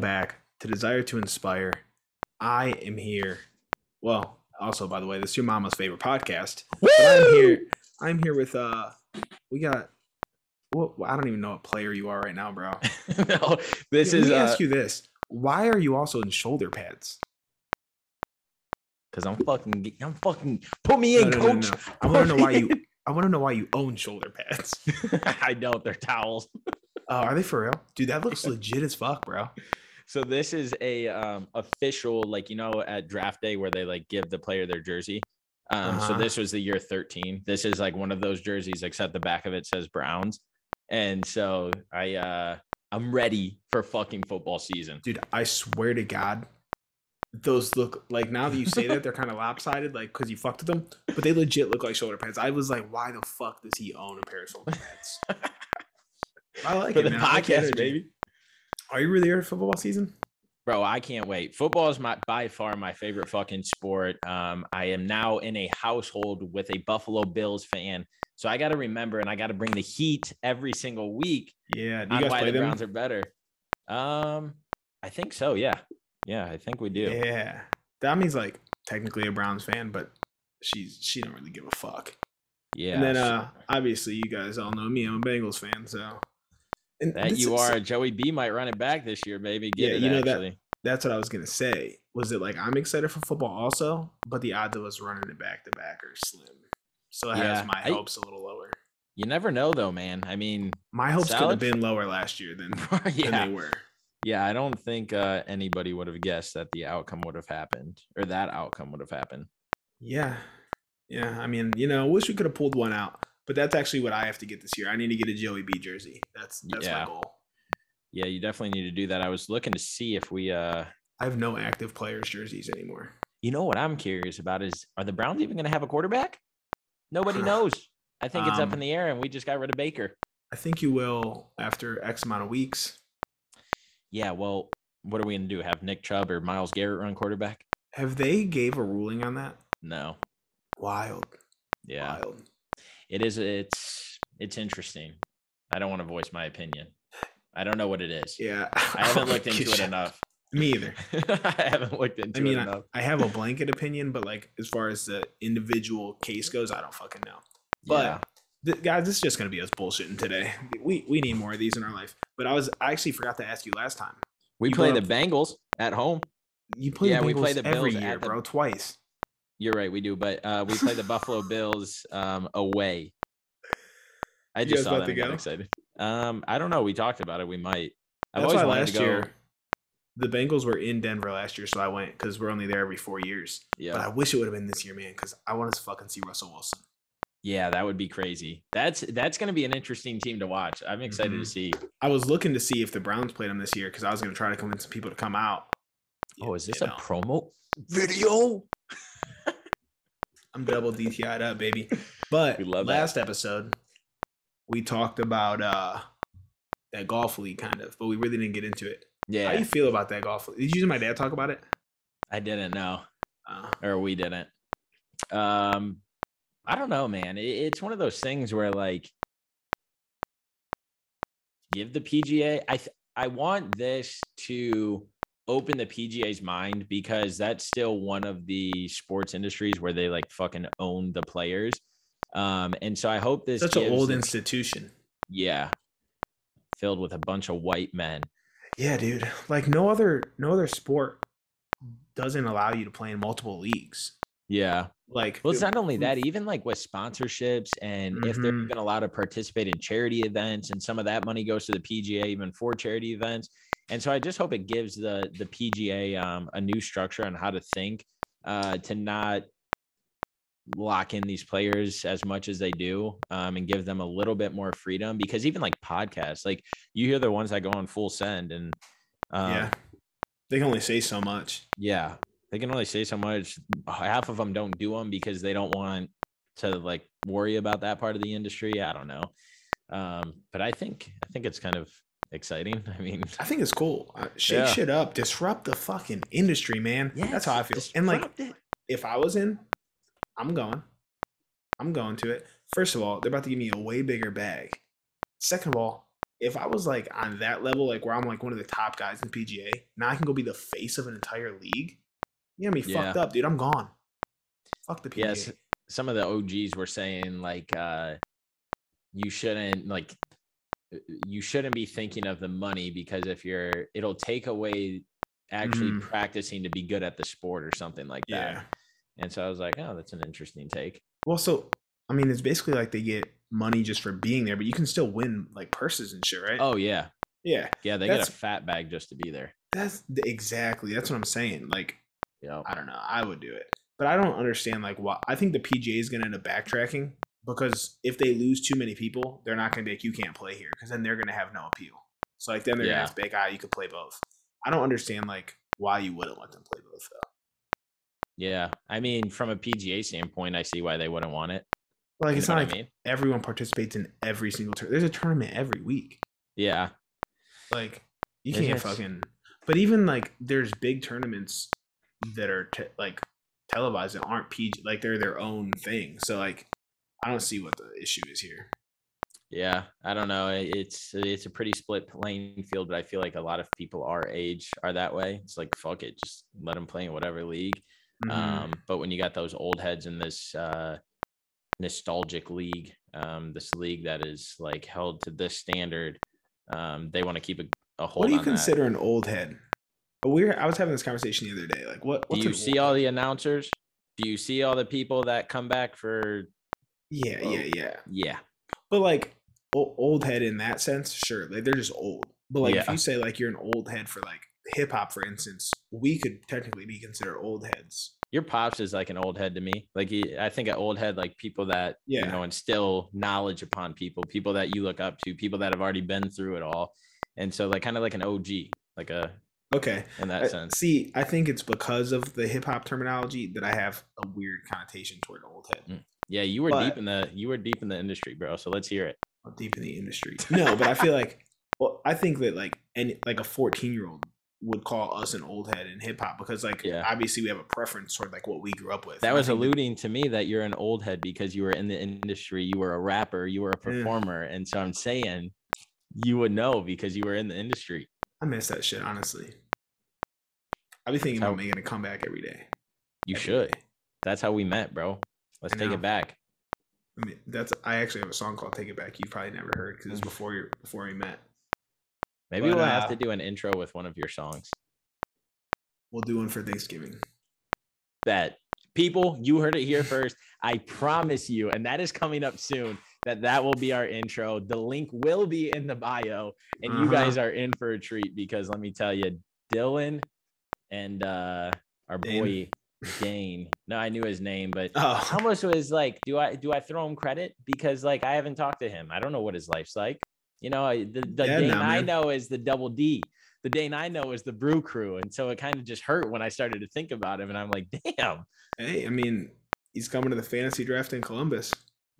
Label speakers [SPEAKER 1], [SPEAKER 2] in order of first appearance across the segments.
[SPEAKER 1] to desire to inspire. I am here. Well, also by the way, this is your mama's favorite podcast. But I'm here. I'm here with uh, we got. Well, I don't even know what player you are right now, bro.
[SPEAKER 2] no, this
[SPEAKER 1] Let
[SPEAKER 2] is uh,
[SPEAKER 1] me ask you this: Why are you also in shoulder pads?
[SPEAKER 2] because I'm fucking. I'm fucking. Put me in,
[SPEAKER 1] No, no, no,
[SPEAKER 2] coach.
[SPEAKER 1] no. I want to know why you. I want to know why you own shoulder pads.
[SPEAKER 2] I know they're towels.
[SPEAKER 1] Oh, are they for real, dude? That looks legit as fuck, bro.
[SPEAKER 2] So this is a um, official, like you know, at draft day where they like give the player their jersey. Um, So
[SPEAKER 1] Uh-huh.
[SPEAKER 2] this was the year 13. This is like one of those jerseys, except the back of it says Browns. And so I, uh, I'm ready for fucking football season.
[SPEAKER 1] Dude, I swear to God, those look like now that you say that they're kind of lopsided, like because you fucked with them, but they legit look like shoulder pads. I was like, why the fuck does he own a pair of shoulder pads? I like
[SPEAKER 2] for
[SPEAKER 1] it,
[SPEAKER 2] the
[SPEAKER 1] man. I like the
[SPEAKER 2] podcast,
[SPEAKER 1] energy.
[SPEAKER 2] baby.
[SPEAKER 1] Are you really here for football season?
[SPEAKER 2] Bro, I can't wait. Football is my by far my favorite fucking sport. Um, I am now in a household with a Buffalo Bills fan. So I gotta remember and I gotta bring the heat every single week
[SPEAKER 1] Yeah. Do you
[SPEAKER 2] on
[SPEAKER 1] guys
[SPEAKER 2] why
[SPEAKER 1] play
[SPEAKER 2] the
[SPEAKER 1] them?
[SPEAKER 2] Browns are better. Um, I think so, yeah. Yeah, I think we do.
[SPEAKER 1] Yeah. That means like technically a Browns fan, but she's she don't really give a fuck.
[SPEAKER 2] Yeah.
[SPEAKER 1] and then
[SPEAKER 2] so
[SPEAKER 1] uh obviously you guys all know me, I'm a Bengals fan, so and
[SPEAKER 2] that
[SPEAKER 1] this
[SPEAKER 2] you
[SPEAKER 1] is-
[SPEAKER 2] are Joey B might run it back this year, baby. Get
[SPEAKER 1] Yeah,
[SPEAKER 2] it,
[SPEAKER 1] you know that-
[SPEAKER 2] actually.
[SPEAKER 1] that's what I was gonna say. Was that like I'm excited for football also, but the odds of us running it back to back are slim. So it
[SPEAKER 2] Yeah,
[SPEAKER 1] has my
[SPEAKER 2] I-
[SPEAKER 1] hopes a little lower.
[SPEAKER 2] You never know though, man. I mean,
[SPEAKER 1] My hopes could
[SPEAKER 2] Solid.
[SPEAKER 1] have been lower last year than, than
[SPEAKER 2] yeah.
[SPEAKER 1] they were.
[SPEAKER 2] Yeah, I don't think uh, anybody would have guessed that the outcome would have happened or that outcome would have happened.
[SPEAKER 1] Yeah. Yeah. I mean, you know, wish we could have pulled one out, but that's actually what I have to get this year. I need to get a Joey B jersey. That's that's
[SPEAKER 2] Yeah.
[SPEAKER 1] my goal.
[SPEAKER 2] Yeah, you definitely need to do that. I was looking to see if we uh
[SPEAKER 1] I have no active players jerseys anymore.
[SPEAKER 2] you know what I'm curious about is are the Browns even gonna have a quarterback? Nobody
[SPEAKER 1] Huh.
[SPEAKER 2] knows. I think it's up in
[SPEAKER 1] Um,
[SPEAKER 2] the air and we just got rid of Baker.
[SPEAKER 1] I think you will after X amount of weeks.
[SPEAKER 2] Yeah, well, what are we gonna do? Have Nick Chubb or Miles Garrett run quarterback?
[SPEAKER 1] Have they gave a ruling on that?
[SPEAKER 2] No.
[SPEAKER 1] Wild.
[SPEAKER 2] Yeah.
[SPEAKER 1] Wild.
[SPEAKER 2] It is it's it's interesting. I don't want to voice my opinion. I don't know what it is.
[SPEAKER 1] Yeah.
[SPEAKER 2] I haven't looked into it
[SPEAKER 1] Shut-
[SPEAKER 2] enough.
[SPEAKER 1] Me either.
[SPEAKER 2] I haven't looked into
[SPEAKER 1] I mean,
[SPEAKER 2] it
[SPEAKER 1] I,
[SPEAKER 2] enough.
[SPEAKER 1] I have a blanket opinion, but like as far as the individual case goes, I don't fucking know. But
[SPEAKER 2] Yeah.
[SPEAKER 1] th- guys, this is just gonna be us bullshitting today. We we need more of these in our life. But I was I actually forgot to ask you last time.
[SPEAKER 2] we
[SPEAKER 1] you
[SPEAKER 2] play
[SPEAKER 1] brought
[SPEAKER 2] the
[SPEAKER 1] up-
[SPEAKER 2] Bengals at home.
[SPEAKER 1] You play
[SPEAKER 2] Yeah,
[SPEAKER 1] the Bengals
[SPEAKER 2] we play the
[SPEAKER 1] every
[SPEAKER 2] Bills
[SPEAKER 1] year,
[SPEAKER 2] at the-
[SPEAKER 1] bro, twice.
[SPEAKER 2] You're right, we do, but uh, we play the Buffalo Bills um, away. I
[SPEAKER 1] You
[SPEAKER 2] just
[SPEAKER 1] guys
[SPEAKER 2] saw
[SPEAKER 1] about
[SPEAKER 2] that
[SPEAKER 1] to
[SPEAKER 2] and got
[SPEAKER 1] go?
[SPEAKER 2] excited. Um, I don't know. We talked about it. We might. I've
[SPEAKER 1] That's
[SPEAKER 2] always
[SPEAKER 1] why
[SPEAKER 2] wanted
[SPEAKER 1] last
[SPEAKER 2] to go.
[SPEAKER 1] year the Bengals were in Denver last year, so I went because we're only there every four years. But
[SPEAKER 2] Yeah,
[SPEAKER 1] I wish it would have been this year, man, because I want to fucking see Russell Wilson.
[SPEAKER 2] yeah, that would be crazy. That's that's going to be an interesting team to watch. I'm excited to
[SPEAKER 1] Mhm.
[SPEAKER 2] see.
[SPEAKER 1] I was looking to see if the Browns played him this year because I was gonna try to convince some people to come out.
[SPEAKER 2] Oh, is
[SPEAKER 1] You
[SPEAKER 2] this a
[SPEAKER 1] know.
[SPEAKER 2] promo video?
[SPEAKER 1] I'm double DTI'd up, baby. But
[SPEAKER 2] We love that.
[SPEAKER 1] last episode, we talked about uh that golf league kind of, but we really didn't get into it.
[SPEAKER 2] Yeah,
[SPEAKER 1] How you feel about that golf? league? Did you and my dad talk about it?
[SPEAKER 2] I didn't know,
[SPEAKER 1] Uh,
[SPEAKER 2] or we didn't. Um, I don't know, man. It, it's one of those things where like give the PGA. I th- I want this to open the PGA's mind because that's still one of the sports industries where they like fucking own the players. Um, and so I hope this
[SPEAKER 1] such an
[SPEAKER 2] gives
[SPEAKER 1] old
[SPEAKER 2] them-
[SPEAKER 1] institution.
[SPEAKER 2] yeah, filled with a bunch of white men.
[SPEAKER 1] Yeah, dude. Like no other no other sport doesn't allow you to play in multiple leagues.
[SPEAKER 2] Yeah.
[SPEAKER 1] Like
[SPEAKER 2] Well, it's not only
[SPEAKER 1] Mm.
[SPEAKER 2] that, e- even like with sponsorships and if they're
[SPEAKER 1] Mhm.
[SPEAKER 2] even allowed to participate in charity events and some of that money goes to the PGA even for charity events. And so I just hope it gives the the PGA um, a new structure on how to think uh, to not lock in these players as much as they do um, and give them a little bit more freedom because even like podcasts, like you hear the ones that go on full send and um,
[SPEAKER 1] yeah. They can only say so much.
[SPEAKER 2] yeah, they can only say so much. Half of them don't do them because they don't want to like worry about that part of the industry. I don't know, um, but I think I think it's kind of exciting. I mean,
[SPEAKER 1] I think it's cool. Uh, Shake
[SPEAKER 2] Yeah.
[SPEAKER 1] shit up. Disrupt the fucking industry, man. That's how I feel. And like if I was in, I'm going. I'm going to it. First of all, they're about to give me a way bigger bag. Second of all, if I was like on that level, like where I'm like one of the top guys in the PGA, now I can go be the face of an entire league. You know me
[SPEAKER 2] Yeah.
[SPEAKER 1] fucked up, dude. I'm gone. Fuck the PGA.
[SPEAKER 2] Yes. some of the OGs were saying like uh you shouldn't like "Uh, you shouldn't be thinking of the money because if you're it'll take away actually
[SPEAKER 1] Mhm.
[SPEAKER 2] practicing to be good at the sport or something like that.
[SPEAKER 1] Yeah.
[SPEAKER 2] And so I was like, oh, that's an interesting take.
[SPEAKER 1] Well, so I mean, it's basically like they get money just for being there, but you can still win like purses and shit, right?
[SPEAKER 2] Oh yeah.
[SPEAKER 1] yeah.
[SPEAKER 2] Yeah, they get a
[SPEAKER 1] That's-
[SPEAKER 2] fat bag just to be there.
[SPEAKER 1] That's exactly. That's what I'm saying. Like,
[SPEAKER 2] Yeah.
[SPEAKER 1] I don't know. I would do it, but I don't understand like why. I think the PGA is gonna end up backtracking because if they lose too many people, they're not gonna be like, you can't play here, because then they're gonna have no appeal. So like then they're
[SPEAKER 2] Yeah.
[SPEAKER 1] gonna have to be like, ah, you could play both. I don't understand like why you wouldn't let them play both though.
[SPEAKER 2] Yeah. I mean, from a PGA standpoint, I see why they wouldn't want it.
[SPEAKER 1] But, like
[SPEAKER 2] You
[SPEAKER 1] it's
[SPEAKER 2] know
[SPEAKER 1] not
[SPEAKER 2] what
[SPEAKER 1] like
[SPEAKER 2] I mean?
[SPEAKER 1] everyone participates in every single tour. There's a tournament every week.
[SPEAKER 2] Yeah.
[SPEAKER 1] Like you
[SPEAKER 2] There's
[SPEAKER 1] can't
[SPEAKER 2] no s-
[SPEAKER 1] fucking. But even like there's big tournaments that are te- like televised that aren't PG. Like they're their own thing. So like I don't see what the issue is here.
[SPEAKER 2] Yeah, I don't know. I- It's it's a pretty split playing field, but I feel like a lot of people our age are that way. It's like fuck it, just let them play in whatever league.
[SPEAKER 1] Mhm.
[SPEAKER 2] Um, but when you got those old heads in this uh, nostalgic league, um, this league that is like held to this standard, um, they want to keep a, a hold
[SPEAKER 1] what do you
[SPEAKER 2] on
[SPEAKER 1] consider an old head? We were, I was having this conversation the other day. Like what?
[SPEAKER 2] that.
[SPEAKER 1] What's uh,
[SPEAKER 2] Do
[SPEAKER 1] an
[SPEAKER 2] you see
[SPEAKER 1] old-
[SPEAKER 2] all the announcers? Do you see all the people that come back for?
[SPEAKER 1] Yeah,
[SPEAKER 2] Oh.
[SPEAKER 1] yeah, yeah.
[SPEAKER 2] Yeah,
[SPEAKER 1] But like o- old head in that sense, sure. Like they're just old. But like if
[SPEAKER 2] Yeah.
[SPEAKER 1] you say like you're an old head for like hip hop, for instance, we could technically be considered old heads.
[SPEAKER 2] your pops is like an old head to me. Like he, I think an old head, like people that you
[SPEAKER 1] Yeah.
[SPEAKER 2] know instill knowledge upon people, people that you look up to, people that have already been through it all, and so like kind of like an OG, like a
[SPEAKER 1] Okay.
[SPEAKER 2] in
[SPEAKER 1] I-
[SPEAKER 2] that sense.
[SPEAKER 1] See, I think it's because of the hip hop terminology that I have a weird connotation toward old head.
[SPEAKER 2] Mm. Yeah, you were deep
[SPEAKER 1] but-
[SPEAKER 2] in the you were deep in the industry, bro. So let's hear it.
[SPEAKER 1] I'm deep in the industry. No, but I feel like well, I think that like any like a 14 year old would call us an old head in hip hop because like
[SPEAKER 2] Yeah.
[SPEAKER 1] obviously we have a preference toward like what we grew up with.
[SPEAKER 2] That
[SPEAKER 1] And I
[SPEAKER 2] was
[SPEAKER 1] think
[SPEAKER 2] alluding to me that you're an old head because you were in the industry, you were a rapper, you were a
[SPEAKER 1] Yeah.
[SPEAKER 2] performer, and so I'm saying you would know because you were in the industry.
[SPEAKER 1] I miss that shit honestly. I be thinking
[SPEAKER 2] That's
[SPEAKER 1] about
[SPEAKER 2] how-
[SPEAKER 1] making a comeback every day.
[SPEAKER 2] You
[SPEAKER 1] Every
[SPEAKER 2] should.
[SPEAKER 1] day.
[SPEAKER 2] That's how we met, bro. Let's
[SPEAKER 1] I
[SPEAKER 2] take
[SPEAKER 1] know.
[SPEAKER 2] it back.
[SPEAKER 1] I mean, that's I actually have a song called "Take It Back." You probably never heard because it's
[SPEAKER 2] Mm.
[SPEAKER 1] before you before we met.
[SPEAKER 2] Maybe
[SPEAKER 1] But,
[SPEAKER 2] we'll have
[SPEAKER 1] uh,
[SPEAKER 2] to do an intro with one of your songs.
[SPEAKER 1] We'll do one for Thanksgiving.
[SPEAKER 2] that people you heard it here first i promise you and that is coming up soon that that will be our intro the link will be in the bio and you
[SPEAKER 1] Uh-huh.
[SPEAKER 2] guys are in for a treat because let me tell you dylan and uh our
[SPEAKER 1] Dane.
[SPEAKER 2] boy dane no i knew his name but
[SPEAKER 1] Oh,
[SPEAKER 2] almost was like do i do i throw him credit because like i haven't talked to him i don't know what his life's like you know I- the, the
[SPEAKER 1] Yeah,
[SPEAKER 2] dane
[SPEAKER 1] nah,
[SPEAKER 2] i
[SPEAKER 1] man.
[SPEAKER 2] know is the double d the dane i know is the brew crew and so it kind of just hurt when i started to think about him and i'm like damn
[SPEAKER 1] Hey, I mean, he's coming to the fantasy draft in Columbus.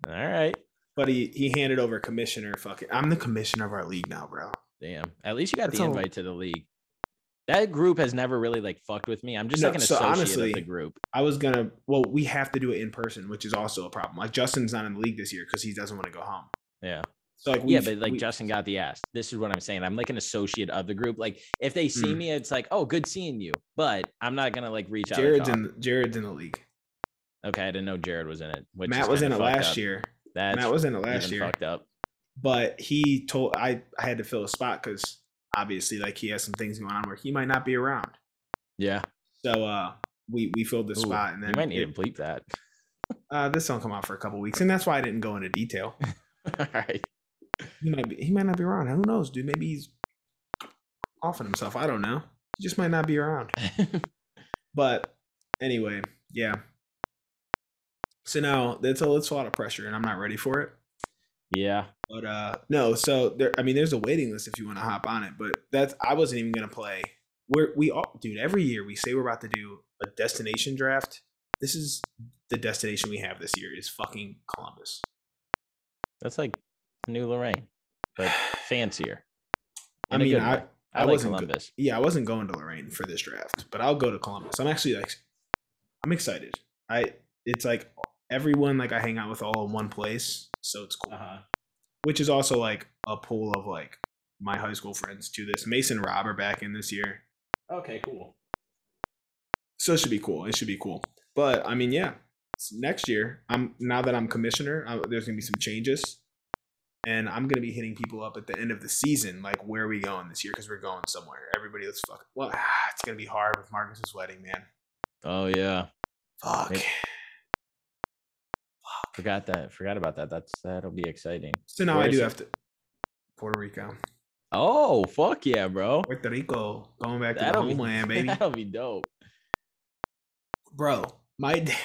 [SPEAKER 2] All right.
[SPEAKER 1] But he, he handed over commissioner fucking I'm the commissioner of our league now, bro.
[SPEAKER 2] Damn. At least you got
[SPEAKER 1] That's
[SPEAKER 2] the
[SPEAKER 1] all-
[SPEAKER 2] invite to the league. That group has never really like fucked with me. I'm just
[SPEAKER 1] No,
[SPEAKER 2] like an
[SPEAKER 1] so
[SPEAKER 2] associate
[SPEAKER 1] honestly-
[SPEAKER 2] of the group.
[SPEAKER 1] I was gonna well, we have to do it in person, which is also a problem. Like Justin's not in the league this year because he doesn't want to go home.
[SPEAKER 2] Yeah.
[SPEAKER 1] So like
[SPEAKER 2] yeah,
[SPEAKER 1] we've-
[SPEAKER 2] but like
[SPEAKER 1] we-
[SPEAKER 2] Justin got the ass. This is what I'm saying. I'm like an associate of the group. Like if they see
[SPEAKER 1] Mm.
[SPEAKER 2] me, it's like, oh, good seeing you. But I'm not gonna like reach out. and
[SPEAKER 1] Jared's
[SPEAKER 2] talk.
[SPEAKER 1] in the- Jared's in the league.
[SPEAKER 2] okay, I didn't know Jared was in it. Which is
[SPEAKER 1] Matt was in
[SPEAKER 2] kinda
[SPEAKER 1] it
[SPEAKER 2] fucked
[SPEAKER 1] last
[SPEAKER 2] up.
[SPEAKER 1] year.
[SPEAKER 2] That's
[SPEAKER 1] Matt was in it last
[SPEAKER 2] even
[SPEAKER 1] year.
[SPEAKER 2] fucked up.
[SPEAKER 1] But he told I, I had to fill a spot because obviously like he has some things going on where he might not be around.
[SPEAKER 2] Yeah.
[SPEAKER 1] So uh we, we filled the
[SPEAKER 2] Ooh,
[SPEAKER 1] spot and then
[SPEAKER 2] you might need
[SPEAKER 1] it-
[SPEAKER 2] to bleep that.
[SPEAKER 1] uh, this don't come out for a couple weeks, and that's why I didn't go into detail.
[SPEAKER 2] All right.
[SPEAKER 1] He might be. He might not be around. Who knows, dude? Maybe he's offing himself. I don't know. He just might not be around. But anyway, yeah. So now that's a that's a lot of pressure, and I'm not ready for it.
[SPEAKER 2] yeah.
[SPEAKER 1] But uh, no. So there. I mean, there's a waiting list if you want to hop on it. But that's. I wasn't even gonna play. We're we all, dude. Every year we say we're about to do a destination draft. This is the destination we have this year is fucking Columbus.
[SPEAKER 2] That's like New Lorraine, but fancier.
[SPEAKER 1] I
[SPEAKER 2] In a
[SPEAKER 1] mean,
[SPEAKER 2] good
[SPEAKER 1] I,
[SPEAKER 2] way.
[SPEAKER 1] I
[SPEAKER 2] like
[SPEAKER 1] wasn't go-
[SPEAKER 2] Columbus.
[SPEAKER 1] yeah, I wasn't going to Lorraine for this draft, but I'll go to Columbus. I'm actually like, I'm excited. I it's like everyone like I hang out with all in one place, so it's cool.
[SPEAKER 2] Uh-huh.
[SPEAKER 1] Which is also like a pool of like my high school friends to this. Mason Robb are back in this year.
[SPEAKER 2] Okay, cool.
[SPEAKER 1] So it should be cool. It should be cool. But I mean, yeah, s- next year, I'm now that I'm commissioner, I, there's gonna be some changes, and I'm gonna be hitting people up at the end of the season, like where are we going this year? Because we're going somewhere. Everybody, let's fuck. Well, ah, it's gonna be hard with Marcus's wedding, man.
[SPEAKER 2] Oh yeah,
[SPEAKER 1] Fuck.
[SPEAKER 2] It- forgot that. Forgot about that. That's that'll be exciting.
[SPEAKER 1] So now
[SPEAKER 2] Where
[SPEAKER 1] I
[SPEAKER 2] is
[SPEAKER 1] do
[SPEAKER 2] it?
[SPEAKER 1] have to. Puerto Rico,
[SPEAKER 2] Oh fuck yeah, bro.
[SPEAKER 1] Puerto Rico, going back to
[SPEAKER 2] That'll
[SPEAKER 1] the
[SPEAKER 2] be-
[SPEAKER 1] homeland, baby.
[SPEAKER 2] That'll be dope.
[SPEAKER 1] Bro, my dad,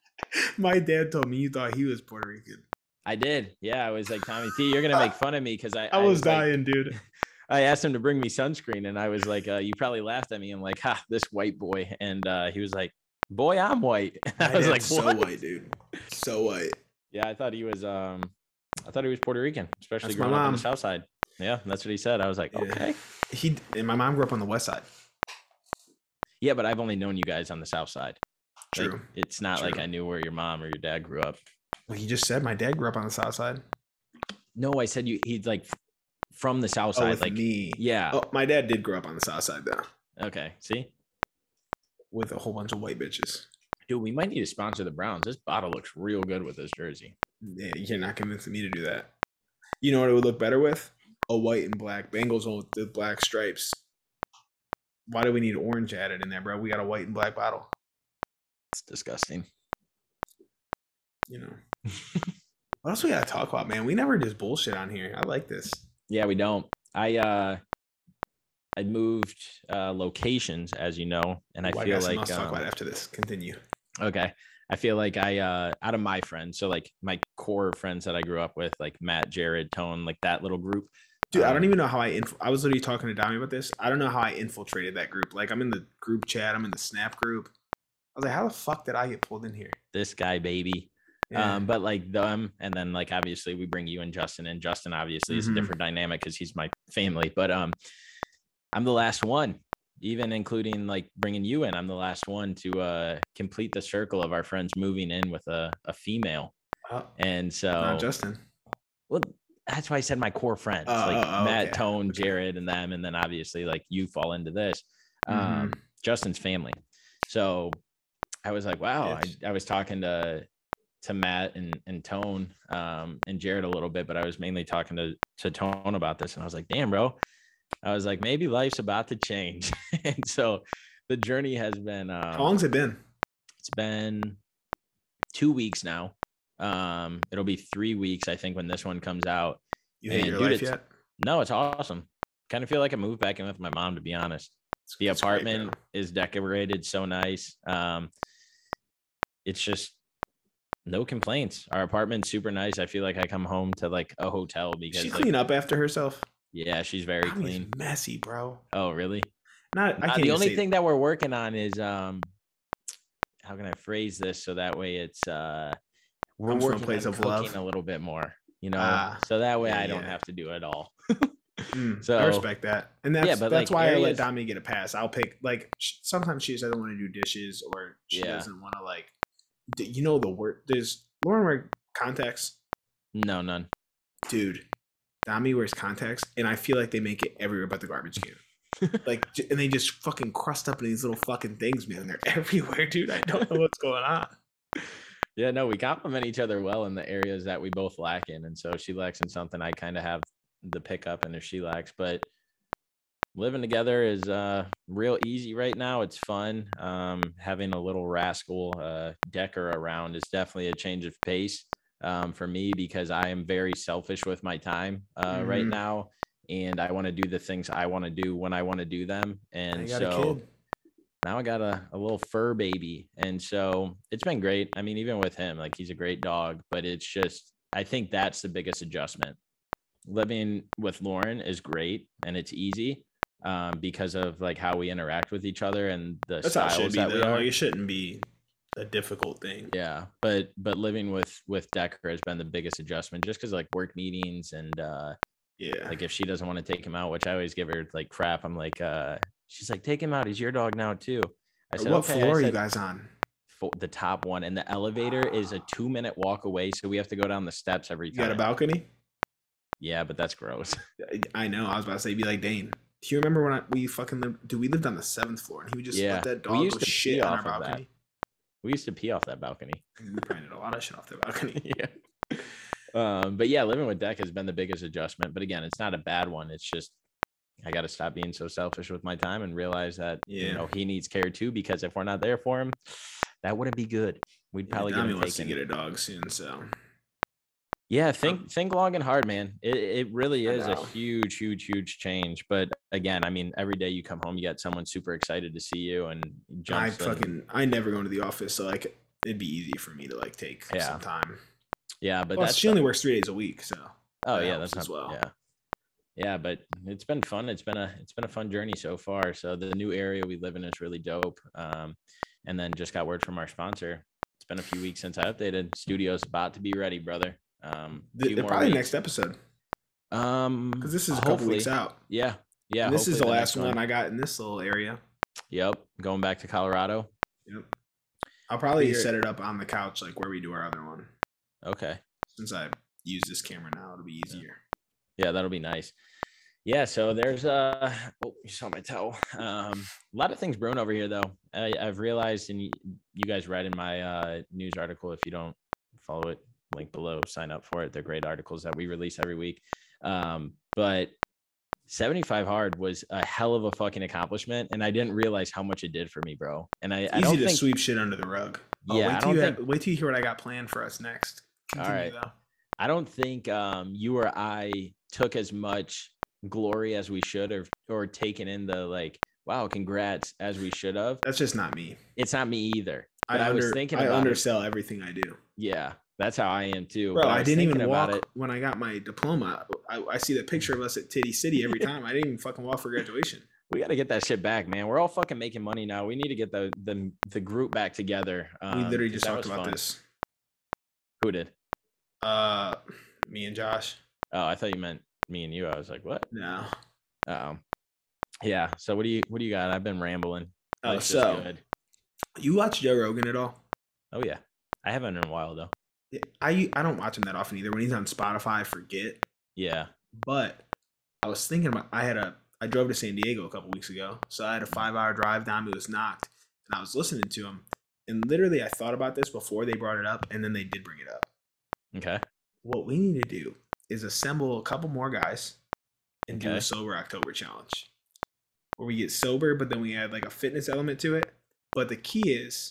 [SPEAKER 1] my dad told me you thought he was Puerto Rican.
[SPEAKER 2] I did. Yeah, I was like Tommy T, you're gonna make fun of me because I,
[SPEAKER 1] I was
[SPEAKER 2] like-
[SPEAKER 1] dying, dude.
[SPEAKER 2] I asked him to bring me sunscreen, and I was like, uh, "You probably laughed at me." I'm like, "Ha, this white boy," and uh, he was like, "Boy, I'm white."
[SPEAKER 1] My
[SPEAKER 2] I was
[SPEAKER 1] dad's
[SPEAKER 2] like,
[SPEAKER 1] so
[SPEAKER 2] "What?"
[SPEAKER 1] white, dude. So white.
[SPEAKER 2] Yeah, I thought he was. Um, I thought he was Puerto Rican, especially
[SPEAKER 1] That's my
[SPEAKER 2] growing up on
[SPEAKER 1] mom.
[SPEAKER 2] the South Side. Yeah, that's what he said. I was like,
[SPEAKER 1] Yeah.
[SPEAKER 2] "Okay."
[SPEAKER 1] He and my mom grew up on the west side.
[SPEAKER 2] Yeah, but I've only known you guys on the South Side. Like,
[SPEAKER 1] True.
[SPEAKER 2] it's not like
[SPEAKER 1] True.
[SPEAKER 2] I knew where your mom or your dad grew up.
[SPEAKER 1] Like you just said, my dad grew up on the south side.
[SPEAKER 2] Oh, No, I said you. He's like f- from the South
[SPEAKER 1] Oh,
[SPEAKER 2] Side.
[SPEAKER 1] with
[SPEAKER 2] like,
[SPEAKER 1] me.
[SPEAKER 2] yeah.
[SPEAKER 1] Oh, my dad did grow up on the south side though,
[SPEAKER 2] Okay. See,
[SPEAKER 1] with a whole bunch of white bitches.
[SPEAKER 2] dude, we might need to sponsor the Browns. This bottle looks real good with this jersey.
[SPEAKER 1] Yeah, you're not convincing me to do that. You know what it would look better with? A white and black Bengals with the black stripes. Why do we need orange added in there, bro? We got a white and black bottle.
[SPEAKER 2] It's disgusting.
[SPEAKER 1] you know. what else we gotta talk about, man? We never just bullshit on here. I like this.
[SPEAKER 2] Yeah, we don't. I uh I moved uh locations as you know, and I
[SPEAKER 1] Well,
[SPEAKER 2] feel
[SPEAKER 1] got something
[SPEAKER 2] like
[SPEAKER 1] else to talk
[SPEAKER 2] um,
[SPEAKER 1] about after this. Continue.
[SPEAKER 2] okay. I feel like I uh out of my friends, so like my core friends that I grew up with, like Matt, Jared, Tone, like that little group.
[SPEAKER 1] Dude, I don't
[SPEAKER 2] um,
[SPEAKER 1] even know how I inf- I was literally talking to Dami about this. I don't know how I infiltrated that group. Like I'm in the group chat, I'm in the snap group. I was like, how the fuck did I get pulled in here?
[SPEAKER 2] This guy, baby.
[SPEAKER 1] Yeah.
[SPEAKER 2] Um, but like them, and then like obviously we bring you and Justin, and Justin obviously is a
[SPEAKER 1] Mhm.
[SPEAKER 2] different dynamic because he's my family. But um, I'm the last one, even including like bringing you in. I'm the last one to uh complete the circle of our friends moving in with a a female,
[SPEAKER 1] Oh,
[SPEAKER 2] and so
[SPEAKER 1] not Justin.
[SPEAKER 2] well, that's why I said my core friends
[SPEAKER 1] Oh,
[SPEAKER 2] like
[SPEAKER 1] oh, oh,
[SPEAKER 2] Matt,
[SPEAKER 1] okay.
[SPEAKER 2] Tone, Jared, and them, and then obviously like you fall into this. Um,
[SPEAKER 1] Mhm.
[SPEAKER 2] Justin's family. So I was like, wow,
[SPEAKER 1] Yes.
[SPEAKER 2] I, I was talking to to Matt and, and Tone um, and Jared a little bit, but I was mainly talking to, to Tone about this. And I was like, damn, bro. I was like, maybe life's about to change. and so the journey has been
[SPEAKER 1] how
[SPEAKER 2] um,
[SPEAKER 1] long's it been?
[SPEAKER 2] it's been two weeks now. Um, it'll be three weeks, I think, when this one comes out.
[SPEAKER 1] You hate
[SPEAKER 2] man,
[SPEAKER 1] your
[SPEAKER 2] dude,
[SPEAKER 1] life
[SPEAKER 2] it's-
[SPEAKER 1] yet?
[SPEAKER 2] No, it's awesome. Kind of feel like I moved back in with my mom, to be honest
[SPEAKER 1] It's-
[SPEAKER 2] the
[SPEAKER 1] it's great, bro.
[SPEAKER 2] apartment is decorated so nice um it's just no complaints our apartment's super nice i feel like i come home to like a hotel
[SPEAKER 1] Did
[SPEAKER 2] because
[SPEAKER 1] she
[SPEAKER 2] like,
[SPEAKER 1] clean up after herself.
[SPEAKER 2] yeah she's very
[SPEAKER 1] Dami's
[SPEAKER 2] clean
[SPEAKER 1] messy, bro.
[SPEAKER 2] oh really
[SPEAKER 1] Not I
[SPEAKER 2] Uh,
[SPEAKER 1] can't
[SPEAKER 2] the
[SPEAKER 1] even
[SPEAKER 2] only
[SPEAKER 1] say-
[SPEAKER 2] thing that we're working on is um how can i phrase this so that way it's uh we're
[SPEAKER 1] Comes from a
[SPEAKER 2] working
[SPEAKER 1] place
[SPEAKER 2] on
[SPEAKER 1] of
[SPEAKER 2] cooking
[SPEAKER 1] love.
[SPEAKER 2] a little bit more you know
[SPEAKER 1] Ah,
[SPEAKER 2] so that way
[SPEAKER 1] yeah,
[SPEAKER 2] i don't
[SPEAKER 1] yeah.
[SPEAKER 2] have to do it all
[SPEAKER 1] Mm, I
[SPEAKER 2] So-
[SPEAKER 1] respect that, and that's
[SPEAKER 2] but,
[SPEAKER 1] that's
[SPEAKER 2] like,
[SPEAKER 1] why
[SPEAKER 2] areas-
[SPEAKER 1] I let Dami get a pass. I'll pick like sh- sometimes she just doesn't want to do dishes, or she
[SPEAKER 2] Yeah.
[SPEAKER 1] doesn't want to like, d- you know the word. Does Lauren wear contacts,
[SPEAKER 2] no none
[SPEAKER 1] dude? Dami wears contacts, and I feel like they make it everywhere but the garbage can. like, j- and they just fucking crust up in these little fucking things, man. They're everywhere, dude. I don't know what's going on.
[SPEAKER 2] Yeah, no, we complement each other well in the areas that we both lack in. And so she lacks in something I kind of have the pickup and if she lacks, but living together is uh real easy right now. It's fun. Um having a little rascal uh decker around is definitely a change of pace um for me because I am very selfish with my time uh right
[SPEAKER 1] Mhm.
[SPEAKER 2] now and I want to do the things I want to do when I want to do them. And
[SPEAKER 1] I got
[SPEAKER 2] so
[SPEAKER 1] a kid.
[SPEAKER 2] now I got a, a little fur baby. And so it's been great. I mean, even with him, like he's a great dog, but it's just, I think that's the biggest adjustment. Living with Lauren is great and it's easy um, because of like how we interact with each other and the
[SPEAKER 1] That's how it should
[SPEAKER 2] styles
[SPEAKER 1] be.
[SPEAKER 2] that we
[SPEAKER 1] Though.
[SPEAKER 2] are.
[SPEAKER 1] Like, it shouldn't be a difficult thing.
[SPEAKER 2] Yeah, but but living with with Decker has been the biggest adjustment, just because like work meetings and uh,
[SPEAKER 1] Yeah.
[SPEAKER 2] like if she doesn't want to take him out, which I always give her like crap. I'm like, uh, she's like, take him out. He's your dog now too. I said,
[SPEAKER 1] what
[SPEAKER 2] okay. I
[SPEAKER 1] floor are you
[SPEAKER 2] said-
[SPEAKER 1] guys on?
[SPEAKER 2] fo- the top one, and the elevator is a two minute walk away. So we have to go down the steps every
[SPEAKER 1] You got
[SPEAKER 2] time.
[SPEAKER 1] a balcony?
[SPEAKER 2] Yeah, but that's gross.
[SPEAKER 1] I, I know. I was about to say, be like Dane. Do you remember when I, we fucking lived? Do we lived on the seventh floor, and he would just
[SPEAKER 2] Yeah.
[SPEAKER 1] let that
[SPEAKER 2] We
[SPEAKER 1] dog
[SPEAKER 2] used
[SPEAKER 1] go
[SPEAKER 2] to pee
[SPEAKER 1] shit on our
[SPEAKER 2] off of that.
[SPEAKER 1] balcony?
[SPEAKER 2] We used to pee off that balcony.
[SPEAKER 1] We probably did a lot of shit off the balcony.
[SPEAKER 2] yeah. Um, but yeah, living with deck has been the biggest adjustment. But again, it's not a bad one. It's just I got to stop being so selfish with my time and realize that you
[SPEAKER 1] Yeah.
[SPEAKER 2] know he needs care too. Because if we're not there for him, that wouldn't be good. We'd probably get
[SPEAKER 1] Tommy
[SPEAKER 2] him
[SPEAKER 1] wants to
[SPEAKER 2] taken.
[SPEAKER 1] get a dog soon, so
[SPEAKER 2] Yeah, think think long and hard, man. It it really
[SPEAKER 1] I
[SPEAKER 2] is a
[SPEAKER 1] know.
[SPEAKER 2] huge, huge, huge change. But again, I mean, every day you come home, you got someone super excited to see you and
[SPEAKER 1] I
[SPEAKER 2] jumps in.
[SPEAKER 1] fucking I never go into the office, so like it'd be easy for me to like take
[SPEAKER 2] Yeah.
[SPEAKER 1] some time.
[SPEAKER 2] yeah. But
[SPEAKER 1] But Plus,
[SPEAKER 2] that's
[SPEAKER 1] she only works three days a week, so
[SPEAKER 2] oh
[SPEAKER 1] that
[SPEAKER 2] yeah,
[SPEAKER 1] helps
[SPEAKER 2] that's
[SPEAKER 1] as
[SPEAKER 2] not,
[SPEAKER 1] well.
[SPEAKER 2] yeah, yeah. But it's been fun. It's been a it's been a fun journey so far. So the new area we live in is really dope. Um, and then just got word from our sponsor. It's been a few weeks since I updated. Studio's about to be ready, brother. Um,
[SPEAKER 1] Th-
[SPEAKER 2] few
[SPEAKER 1] they're
[SPEAKER 2] more
[SPEAKER 1] probably
[SPEAKER 2] weeks.
[SPEAKER 1] next episode
[SPEAKER 2] Um,
[SPEAKER 1] because this is a couple
[SPEAKER 2] hopefully.
[SPEAKER 1] weeks out.
[SPEAKER 2] Yeah, yeah.
[SPEAKER 1] And this is the
[SPEAKER 2] hopefully
[SPEAKER 1] last
[SPEAKER 2] next
[SPEAKER 1] one I got in this little area.
[SPEAKER 2] Yep, going back to Colorado.
[SPEAKER 1] Yep. I'll probably
[SPEAKER 2] Weird.
[SPEAKER 1] set it up on the couch like where we do our other one.
[SPEAKER 2] Okay.
[SPEAKER 1] Since I use this camera now, it'll be easier.
[SPEAKER 2] Yeah, that'll be nice. Yeah, so there's uh oh, you saw my towel. Um a lot of things brewing over here though. I, I've realized and y- you guys read in my uh news article if you don't follow it, link below, sign up for it. They're great articles that we release every week. Um but 75 hard was a hell of a fucking accomplishment and I didn't realize how much it did for me, bro. And I, I
[SPEAKER 1] Easy
[SPEAKER 2] don't
[SPEAKER 1] to
[SPEAKER 2] think
[SPEAKER 1] sweep shit under the rug. Oh,
[SPEAKER 2] Yeah,
[SPEAKER 1] wait
[SPEAKER 2] I don't
[SPEAKER 1] till, you
[SPEAKER 2] think-
[SPEAKER 1] have- wait till you hear what I got planned for us next.
[SPEAKER 2] All right.
[SPEAKER 1] though.
[SPEAKER 2] I don't think um, you or I took as much glory as we should have, or taken in the like, wow, congrats as we should have.
[SPEAKER 1] That's just not me.
[SPEAKER 2] It's not me either.
[SPEAKER 1] I,
[SPEAKER 2] But I was
[SPEAKER 1] under-
[SPEAKER 2] thinking
[SPEAKER 1] I
[SPEAKER 2] about it.
[SPEAKER 1] undersell everything I do.
[SPEAKER 2] Yeah, that's how I am too.
[SPEAKER 1] Bro,
[SPEAKER 2] but
[SPEAKER 1] I,
[SPEAKER 2] was
[SPEAKER 1] didn't even
[SPEAKER 2] thinking
[SPEAKER 1] walk when I got my diploma. I, I see that picture of us at Titty City every time. I didn't even fucking walk for graduation.
[SPEAKER 2] We got to get that shit back, man. We're all fucking making money now. We need to get the the, the group back together.
[SPEAKER 1] we
[SPEAKER 2] Um,
[SPEAKER 1] literally
[SPEAKER 2] 'cause
[SPEAKER 1] just
[SPEAKER 2] that
[SPEAKER 1] talked
[SPEAKER 2] was
[SPEAKER 1] about
[SPEAKER 2] fun.
[SPEAKER 1] this.
[SPEAKER 2] Who did?
[SPEAKER 1] Uh, me and Josh.
[SPEAKER 2] Oh, I thought you meant me and you. I was like, what?
[SPEAKER 1] No.
[SPEAKER 2] Oh, yeah. So what do you what do you got? I've been rambling.
[SPEAKER 1] Oh,
[SPEAKER 2] Life's just
[SPEAKER 1] so
[SPEAKER 2] good.
[SPEAKER 1] you watch Joe Rogan at all?
[SPEAKER 2] oh yeah, I haven't in a while though.
[SPEAKER 1] Yeah, I I don't watch him that often either. When he's on Spotify, I forget.
[SPEAKER 2] Yeah.
[SPEAKER 1] But I was thinking about I had a I drove to San Diego a couple weeks ago, so I had a five hour drive down to was knocked, and I was listening to him, and literally I thought about this before they brought it up, and then they did bring it up.
[SPEAKER 2] Okay.
[SPEAKER 1] What we need to do is assemble a couple more guys and do
[SPEAKER 2] Okay.
[SPEAKER 1] a sober October challenge, where we get sober, but then we add like a fitness element to it. But the key is,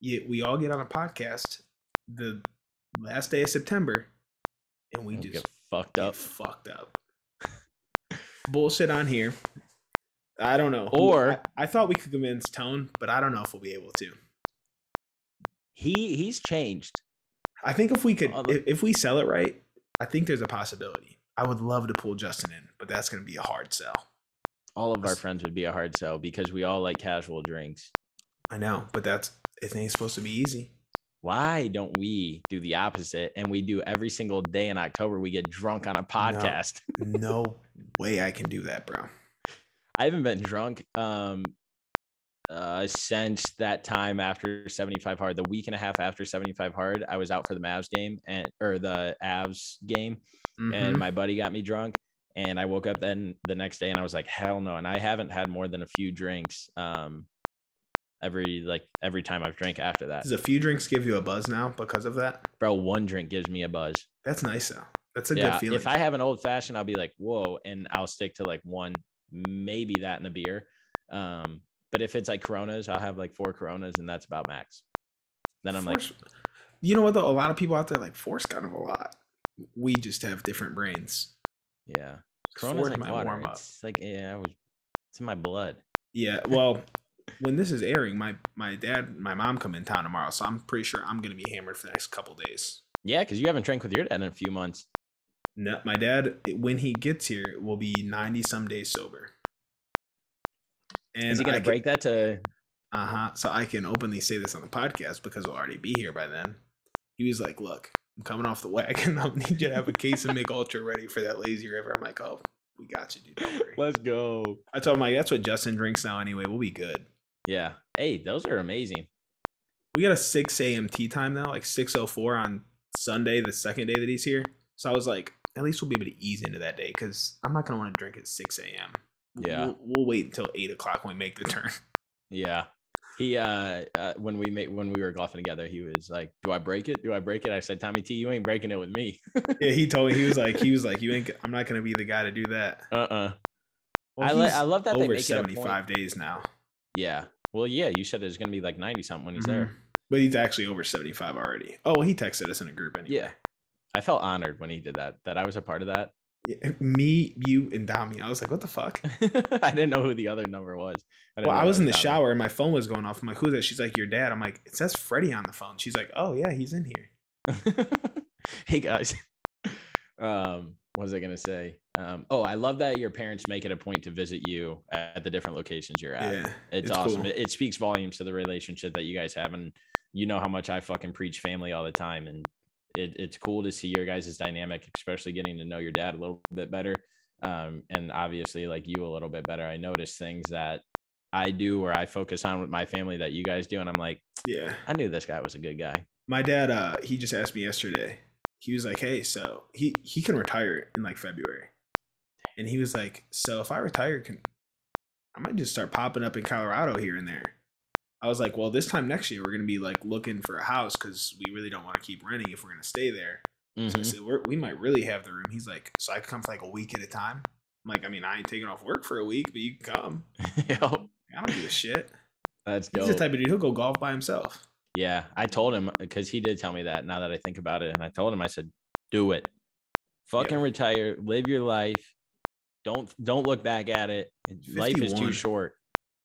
[SPEAKER 1] you, we all get on a podcast the last day of September, and we
[SPEAKER 2] Don't
[SPEAKER 1] just
[SPEAKER 2] get fucked
[SPEAKER 1] get
[SPEAKER 2] up.
[SPEAKER 1] fucked up. Bullshit on here. I don't know. Who-
[SPEAKER 2] Or-
[SPEAKER 1] I, I thought we could convince Tone, but I don't know if we'll be able to.
[SPEAKER 2] He he's changed.
[SPEAKER 1] I think if we could,
[SPEAKER 2] Although-
[SPEAKER 1] if, if we sell it right, I think there's a possibility. I would love to pull Justin in, but that's going to be a hard sell.
[SPEAKER 2] All of our
[SPEAKER 1] Yes.
[SPEAKER 2] friends would be a hard sell because we all like casual drinks.
[SPEAKER 1] I know, but that's it ain't supposed to be easy.
[SPEAKER 2] Why don't we do the opposite? And we do every single day in October. We get drunk on a podcast.
[SPEAKER 1] No way I can do that, bro.
[SPEAKER 2] I haven't been drunk um uh since that time after 75 hard. The week and a half after 75 hard, I was out for the Mavs game and or the Avs game. and
[SPEAKER 1] Mhm.
[SPEAKER 2] my buddy got me drunk and i woke up then the next day and i was like hell no and i haven't had more than a few drinks um every like every time i've drank after that
[SPEAKER 1] Does a few drinks give you a buzz now because of that?
[SPEAKER 2] bro one drink gives me a buzz
[SPEAKER 1] That's nice though. That's a
[SPEAKER 2] yeah
[SPEAKER 1] good feeling.
[SPEAKER 2] if i have an old fashioned i'll be like whoa and i'll stick to like one maybe that and a beer um but if it's like coronas i'll have like four coronas and that's about max then i'm like
[SPEAKER 1] Force- you know what though? A lot of people out there like force kind of a lot. We just have different brains.
[SPEAKER 2] yeah corona's
[SPEAKER 1] Force
[SPEAKER 2] like
[SPEAKER 1] might
[SPEAKER 2] water
[SPEAKER 1] warm up.
[SPEAKER 2] it's like yeah I was, it's in my blood
[SPEAKER 1] Yeah. Well, when this is airing, my my dad, and my mom come in town tomorrow, so I'm pretty sure I'm gonna be hammered for the next couple days.
[SPEAKER 2] yeah because you haven't drank with your dad in a few months
[SPEAKER 1] No, my dad, when he gets here, will be ninety some days sober. And
[SPEAKER 2] is he gonna break that to
[SPEAKER 1] Uh huh. So I can openly say this on the podcast because we'll already be here by then. He was like, "Look, I'm coming off the wagon. I'll need you to have a case of Mick Ultra ready for that lazy river." I'm like, "Oh, we got you, dude. Don't worry."
[SPEAKER 2] Let's go.
[SPEAKER 1] I told him like that's what Justin drinks now anyway. We'll be good.
[SPEAKER 2] Yeah. Hey, those are amazing.
[SPEAKER 1] We got a oh 6 a.m. tea time now, like 6:04 on Sunday, the second day that he's here. So I was like, at least we'll be able to ease into that day because I'm not gonna want to drink at 6 a.m.
[SPEAKER 2] Yeah.
[SPEAKER 1] we'll, we'll wait until eight o'clock when we make the turn.
[SPEAKER 2] Yeah. He uh, uh when we made when we were golfing together, he was like, Do I break it? Do I break it? I said, Tommy T, you ain't breaking it with me.
[SPEAKER 1] yeah, he told me he was like he was like you ain't. I'm not gonna be the guy to do that.
[SPEAKER 2] Uh-uh.
[SPEAKER 1] Well,
[SPEAKER 2] I, li-
[SPEAKER 1] he's
[SPEAKER 2] I love that they
[SPEAKER 1] over
[SPEAKER 2] make it a point.
[SPEAKER 1] 75 days now,
[SPEAKER 2] Yeah. Well, yeah, you said it's gonna be like 90 something when he's there.
[SPEAKER 1] Mhm. but he's actually over 75 already. Oh, well, he texted us in a group anyway.
[SPEAKER 2] Yeah.
[SPEAKER 1] Mm-hmm.
[SPEAKER 2] I felt honored when he did that, that I was a part of that.
[SPEAKER 1] Yeah, me, you, and Dami. I was like, what the fuck?
[SPEAKER 2] I didn't know who the other number was. didn't
[SPEAKER 1] Well,
[SPEAKER 2] know
[SPEAKER 1] I
[SPEAKER 2] that
[SPEAKER 1] was in the
[SPEAKER 2] Tommy.
[SPEAKER 1] shower and my phone was going off. I'm like, who's that? She's like, your dad. I'm like, it says Freddie on the phone. She's like, oh yeah, he's in here.
[SPEAKER 2] hey guys. Um, what was I gonna say? Um, oh, I love that your parents make it a point to visit you at the different locations you're at.
[SPEAKER 1] Yeah,
[SPEAKER 2] It's, awesome.
[SPEAKER 1] cool.
[SPEAKER 2] It, it speaks volumes to the relationship that you guys have, and you know how much I fucking preach family all the time, and it, it's cool to see your guys' dynamic, especially getting to know your dad a little bit better, um, and obviously like you a little bit better. I notice things that I do or I focus on with my family that you guys do, and I'm like,
[SPEAKER 1] Yeah,
[SPEAKER 2] I knew this guy was a good guy.
[SPEAKER 1] my dad. Uh, he just asked me yesterday. He was like, hey, so he he can retire in like February, and he was like, so if I retire, can I might just start popping up in Colorado here and there. I was like, well, this time next year we're gonna be like looking for a house because we really don't want to keep renting if we're gonna stay there. So I
[SPEAKER 2] Mhm.
[SPEAKER 1] said, We're, we might really have the room. He's like, so I could come for like a week at a time. I'm like, I mean, I ain't taking off work for a week, but you can come.
[SPEAKER 2] Yo,
[SPEAKER 1] I don't give a shit.
[SPEAKER 2] that's
[SPEAKER 1] He's
[SPEAKER 2] dope.
[SPEAKER 1] the type of dude who'll go golf by himself.
[SPEAKER 2] Yeah, I told him because he did tell me that. Now that I think about it, and I told him, I said, "Do it, fucking retire, live your life. Don't don't look back at it. Life is
[SPEAKER 1] 51.
[SPEAKER 2] too short,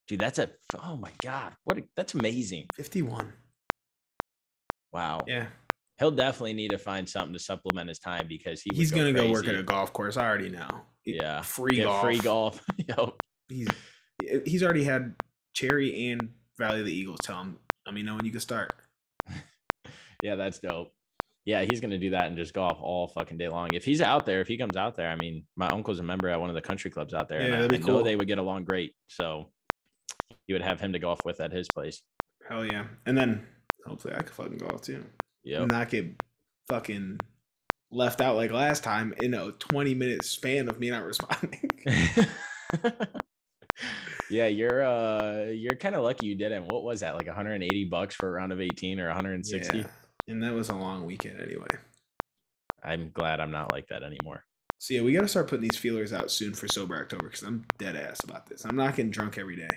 [SPEAKER 2] dude. That's a oh my god, what a, that's amazing.
[SPEAKER 1] 51.
[SPEAKER 2] Wow,
[SPEAKER 1] Yeah.
[SPEAKER 2] he'll definitely need to find something to supplement his time because he would
[SPEAKER 1] He's going to go work at
[SPEAKER 2] crazy.
[SPEAKER 1] a golf course. I already know.
[SPEAKER 2] Yeah.
[SPEAKER 1] Free
[SPEAKER 2] Get
[SPEAKER 1] golf.
[SPEAKER 2] free golf. Yo,
[SPEAKER 1] He's, he's already had Cherry and Valley of the Eagles tell him, let me know when you can start.
[SPEAKER 2] yeah, that's dope. Yeah, he's gonna do that and just golf all fucking day long. If he's out there, if he comes out there, I mean, my uncle's a member at one of the country clubs out there. and
[SPEAKER 1] Yeah,
[SPEAKER 2] I-
[SPEAKER 1] that'd be
[SPEAKER 2] I, know
[SPEAKER 1] cool.
[SPEAKER 2] they would get along great. So you would have him to golf with at his place.
[SPEAKER 1] Hell yeah. And then hopefully I can fucking golf too.
[SPEAKER 2] Yeah.
[SPEAKER 1] and not get fucking left out like last time in a 20 minute span of me not responding.
[SPEAKER 2] yeah, you're uh you're kind of lucky you didn't. What was that? Like 180 bucks for a round of 18 or 160?
[SPEAKER 1] Yeah. And that was a long weekend anyway.
[SPEAKER 2] I'm glad I'm not like that anymore.
[SPEAKER 1] So yeah, we got to start putting these feelers out soon for sober October because I'm dead ass about this. I'm not getting drunk every day.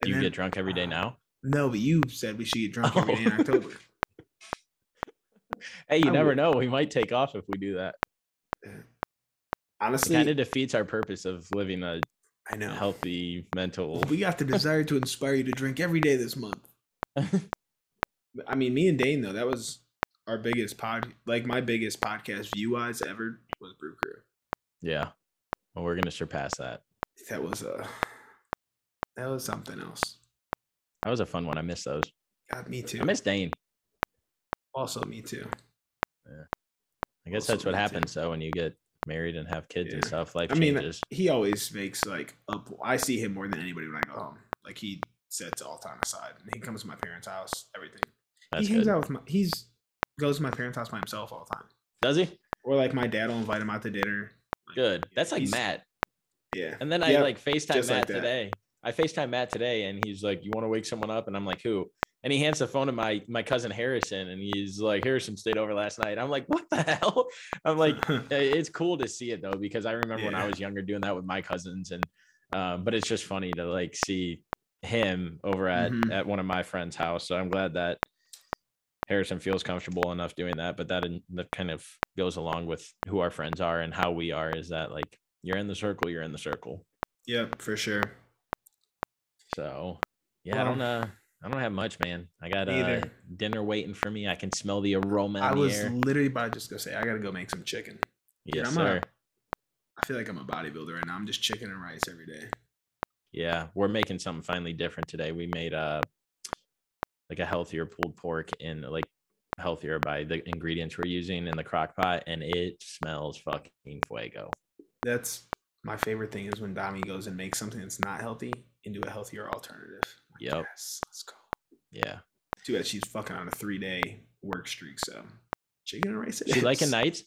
[SPEAKER 1] And
[SPEAKER 2] you
[SPEAKER 1] then-
[SPEAKER 2] get drunk every day
[SPEAKER 1] uh,
[SPEAKER 2] now?
[SPEAKER 1] No, but you said we should get drunk every day in
[SPEAKER 2] Oh.
[SPEAKER 1] October.
[SPEAKER 2] Hey, you
[SPEAKER 1] I
[SPEAKER 2] never
[SPEAKER 1] would-
[SPEAKER 2] know. We might take off if we do that. It
[SPEAKER 1] Honestly,
[SPEAKER 2] kind of defeats our purpose of living a
[SPEAKER 1] I know.
[SPEAKER 2] healthy mental
[SPEAKER 1] We got the desire to inspire you to drink every day this month. I mean, me and Dane though, that was our biggest pod, like my biggest podcast view wise ever was Brew Crew.
[SPEAKER 2] Yeah. Well, we're gonna surpass that.
[SPEAKER 1] That was uh that was something else.
[SPEAKER 2] That was a fun one. I miss those.
[SPEAKER 1] God, me too.
[SPEAKER 2] I miss Dane.
[SPEAKER 1] also, me too.
[SPEAKER 2] I guess
[SPEAKER 1] Also
[SPEAKER 2] that's what
[SPEAKER 1] me too.
[SPEAKER 2] happens though when you get married and have kids and
[SPEAKER 1] Yeah.
[SPEAKER 2] stuff. Life
[SPEAKER 1] I mean,
[SPEAKER 2] changes.
[SPEAKER 1] He always makes like up. I see him more than anybody when I go home. Like he sets all time aside, and he comes to my parents' house. Everything.
[SPEAKER 2] That's
[SPEAKER 1] he hangs
[SPEAKER 2] good.
[SPEAKER 1] out with my. He's goes to my parents' house by himself all the time.
[SPEAKER 2] Does he?
[SPEAKER 1] Or like my dad will invite him out to dinner. Like,
[SPEAKER 2] Good. That's like
[SPEAKER 1] he's-
[SPEAKER 2] Matt.
[SPEAKER 1] Yeah.
[SPEAKER 2] And then I
[SPEAKER 1] Yeah,
[SPEAKER 2] like FaceTime
[SPEAKER 1] just
[SPEAKER 2] Matt
[SPEAKER 1] like that.
[SPEAKER 2] today. I FaceTime Matt today and he's like, You want to wake someone up? And I'm like, Who? And he hands the phone to my my cousin Harrison and he's like, Harrison stayed over last night. I'm like, What the hell? I'm like, Uh, it's cool to see it though because i remember when i
[SPEAKER 1] Yeah.
[SPEAKER 2] was younger doing that with my cousins and uh, but it's just funny to like see him over at
[SPEAKER 1] Mhm.
[SPEAKER 2] at one of my friends house so i'm glad that harrison feels comfortable enough doing that but that, in, that kind of goes along with who our friends are and how we are is that like you're in the circle you're in the circle
[SPEAKER 1] yeah, for sure.
[SPEAKER 2] so yeah i don't uh i don't have much man i got
[SPEAKER 1] Me
[SPEAKER 2] uh,
[SPEAKER 1] either.
[SPEAKER 2] dinner waiting for me i can smell the aroma in
[SPEAKER 1] I
[SPEAKER 2] the
[SPEAKER 1] was
[SPEAKER 2] air
[SPEAKER 1] literally about to just go say I gotta go make some chicken.
[SPEAKER 2] yes
[SPEAKER 1] I'm
[SPEAKER 2] sir
[SPEAKER 1] a- I feel like I'm a bodybuilder right now. I'm just chicken and rice every day.
[SPEAKER 2] Yeah, we're making something finally different today. We made uh like a healthier pulled pork and like healthier by the ingredients we're using in the crock pot, and it smells fucking fuego.
[SPEAKER 1] That's my favorite thing is when Dami goes and makes something that's not healthy into a healthier alternative. Like,
[SPEAKER 2] Yep.
[SPEAKER 1] Yes, let's go.
[SPEAKER 2] Yeah.
[SPEAKER 1] Too bad she's fucking on a three day work streak. So chicken and rice. it
[SPEAKER 2] She
[SPEAKER 1] is.
[SPEAKER 2] liking nights?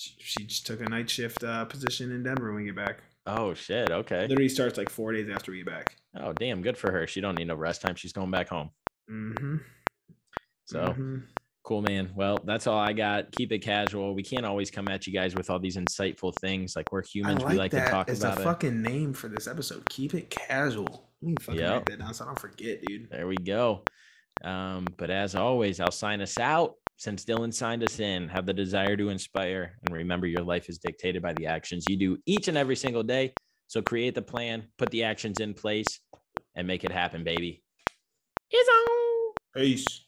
[SPEAKER 1] She, she just took a night shift uh, position in Denver when we get back.
[SPEAKER 2] Oh shit. Okay.
[SPEAKER 1] Literally starts like four days after we get back.
[SPEAKER 2] Oh damn. Good for her. She don't need no rest time. She's going back home.
[SPEAKER 1] Mm-hmm.
[SPEAKER 2] So cool, man. Well, that's all I got. Keep it casual. We can't always come at you guys with all these insightful things. Like we're
[SPEAKER 1] I
[SPEAKER 2] humans.
[SPEAKER 1] like,
[SPEAKER 2] we like
[SPEAKER 1] that.
[SPEAKER 2] to talk
[SPEAKER 1] it's
[SPEAKER 2] about
[SPEAKER 1] a
[SPEAKER 2] it.
[SPEAKER 1] fucking name for this episode. Keep it casual. Let me fucking
[SPEAKER 2] Yep.
[SPEAKER 1] write that down so I don't forget, dude.
[SPEAKER 2] There we go. Um, but as always, I'll sign us out. Since Dylan signed us in, have the desire to inspire and remember your life is dictated by the actions you do each and every single day. So create the plan, put the actions in place, and make it happen, baby. It's on.
[SPEAKER 1] Peace.